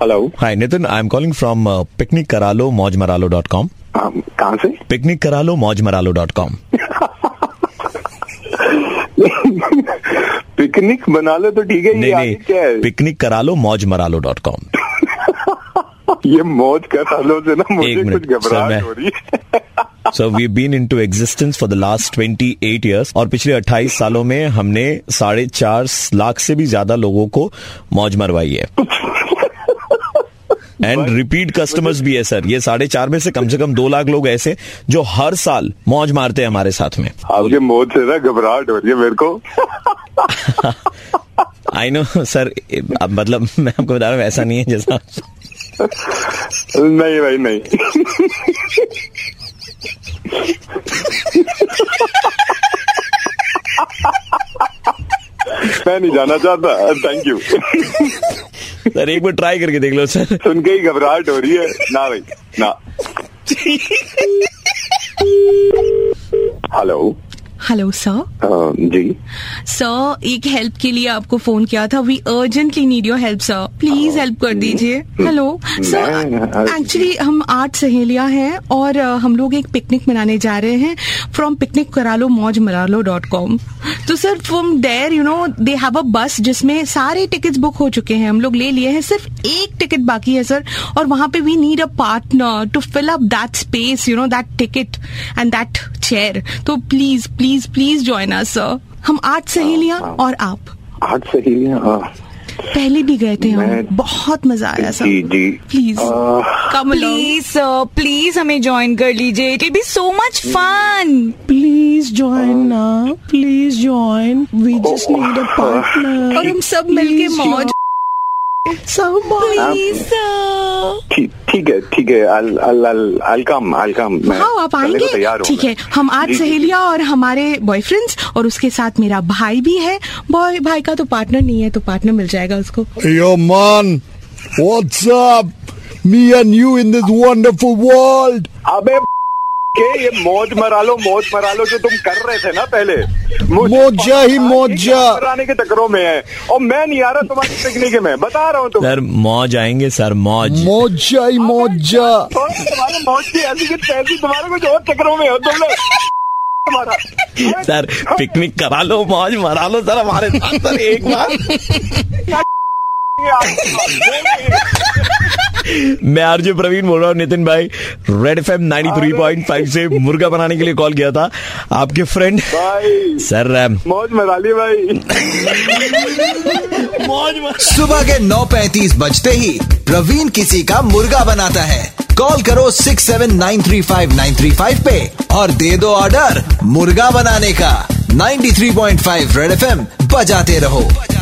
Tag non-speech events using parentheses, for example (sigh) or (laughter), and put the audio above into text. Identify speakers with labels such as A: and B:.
A: Hello
B: Hi, Nitin. I'm calling from uh, picniccaralo.mojmaralo.com.
A: um, कहाँ से
B: Picniccaralo.mojmaralo.com.
A: Picnic बना लो तो ठीक है ये
B: नहीं नहीं
A: आगे क्या है
B: picniccaralo.mojmaralo.com.
A: ये मौज करा लो से ना मुझे
B: एक मिनट,
A: कुछ घबराहट
B: सर,
A: हो रही
B: (laughs)
A: है
B: So we've been into existence for the last 28 years और पिछले 28 सालों में हमने साढ़े चार लाख से भी ज्यादा लोगों को मौज मरवाई है एंड रिपीट कस्टमर्स भी है सर ये साढ़े चार में से कम से कम दो लाख लोग ऐसे जो हर साल मौज मारते हैं हमारे साथ में
A: आपके मौज से ना घबराहट हो रही है मेरे को
B: आई नो सर अब मतलब मैं आपको बता रहा हूँ ऐसा नहीं है जैसा आप-
A: नहीं भाई नहीं मैं नहीं जाना चाहता थैंक यू
B: सर एक बार ट्राई करके देख लो सर
A: सुन के ही घबराहट हो रही है ना भाई ना हेलो
C: हेलो सर
A: अ, जी
C: सर एक हेल्प के लिए आपको फोन किया था we urgently need your help sir please help कर दीजिए हेलो सर
A: मैं-
C: एक्चुअली हम आठ सहेलियां हैं और अ, हम लोग एक पिकनिक मनाने जा रहे हैं फ्रॉम पिकनिक करा लो मौज मरा लो डॉट कॉम तो sir from there you know they have a bus जिसमें सारे टिकट्स बुक हो चुके हैं हम लोग ले लिए हैं सिर्फ एक टिकट बाकी है सर और वहां पे we need a partner to fill up that space you know that ticket and that chair तो please please please join us sir हम आठ सहेलियां
A: हाँ।
C: और आप
A: आठ सहेलियां हाँ
C: पहले भी गए थे हम
A: मैं-
C: बहुत मजा आया sir
A: ji ji
C: please
A: uh,
C: come
D: please sir please हमें ज्वाइन कर लीजिए it will be so much fun
E: Please join now. Please join. We just
A: Oh.
E: need a partner.
C: और हम सब मिलके
E: Please
C: मौज
E: Somebody.
D: प्लीज सर
A: ठीक ठीक है ठीक है अल अल अल अल कम अल कम मैं
C: हाँ आप
A: चलने को
C: आएंगे
A: तैयार हूँ
C: ठीक
A: मैं।
C: है हम आठ
A: जी, जी,
C: सहेलियां और हमारे बॉयफ्रेंड्स और उसके साथ मेरा भाई भी है बॉय भाई का तो पार्टनर नहीं है तो पार्टनर मिल जाएगा उसको
F: Yo, man, what's up? Me and you in this wonderful world.
A: अबे के ये मौज मरा लो मौज मरा लो जो तुम कर रहे थे ना पहले मुझे
F: मौजा ही
A: पता है,
F: मौजा।
A: ये मराने के टकरों में है और मैं नहीं आ रहा तुम्हारी पिकनिक में बता रहा हूँ तुम
B: सर मौज आएंगे सर मौज
F: Moja, hi, moja.
A: और तुम्हारे मौज की ऐसी की तैसी तुम्हारे कुछ और टकरों में हो तुम (laughs) लोग तुम्हारा
B: सर पिकनिक करा लो मौज मरा लो सर हमारे साथ सर एक बार
A: ये आप-
B: मैं आरजे प्रवीण बोल रहा हूँ नितिन भाई रेड एफ एम 93.5 से मुर्गा बनाने के लिए कॉल किया था आपके फ्रेंड
A: भाई
B: सर अम,
A: मौज मरा ली भाई
G: सुबह के 9:35 बजते ही प्रवीण किसी का मुर्गा बनाता है कॉल करो 6793595 पे और दे दो ऑर्डर मुर्गा बनाने का 93.5 रेड एफएम बजाते रहो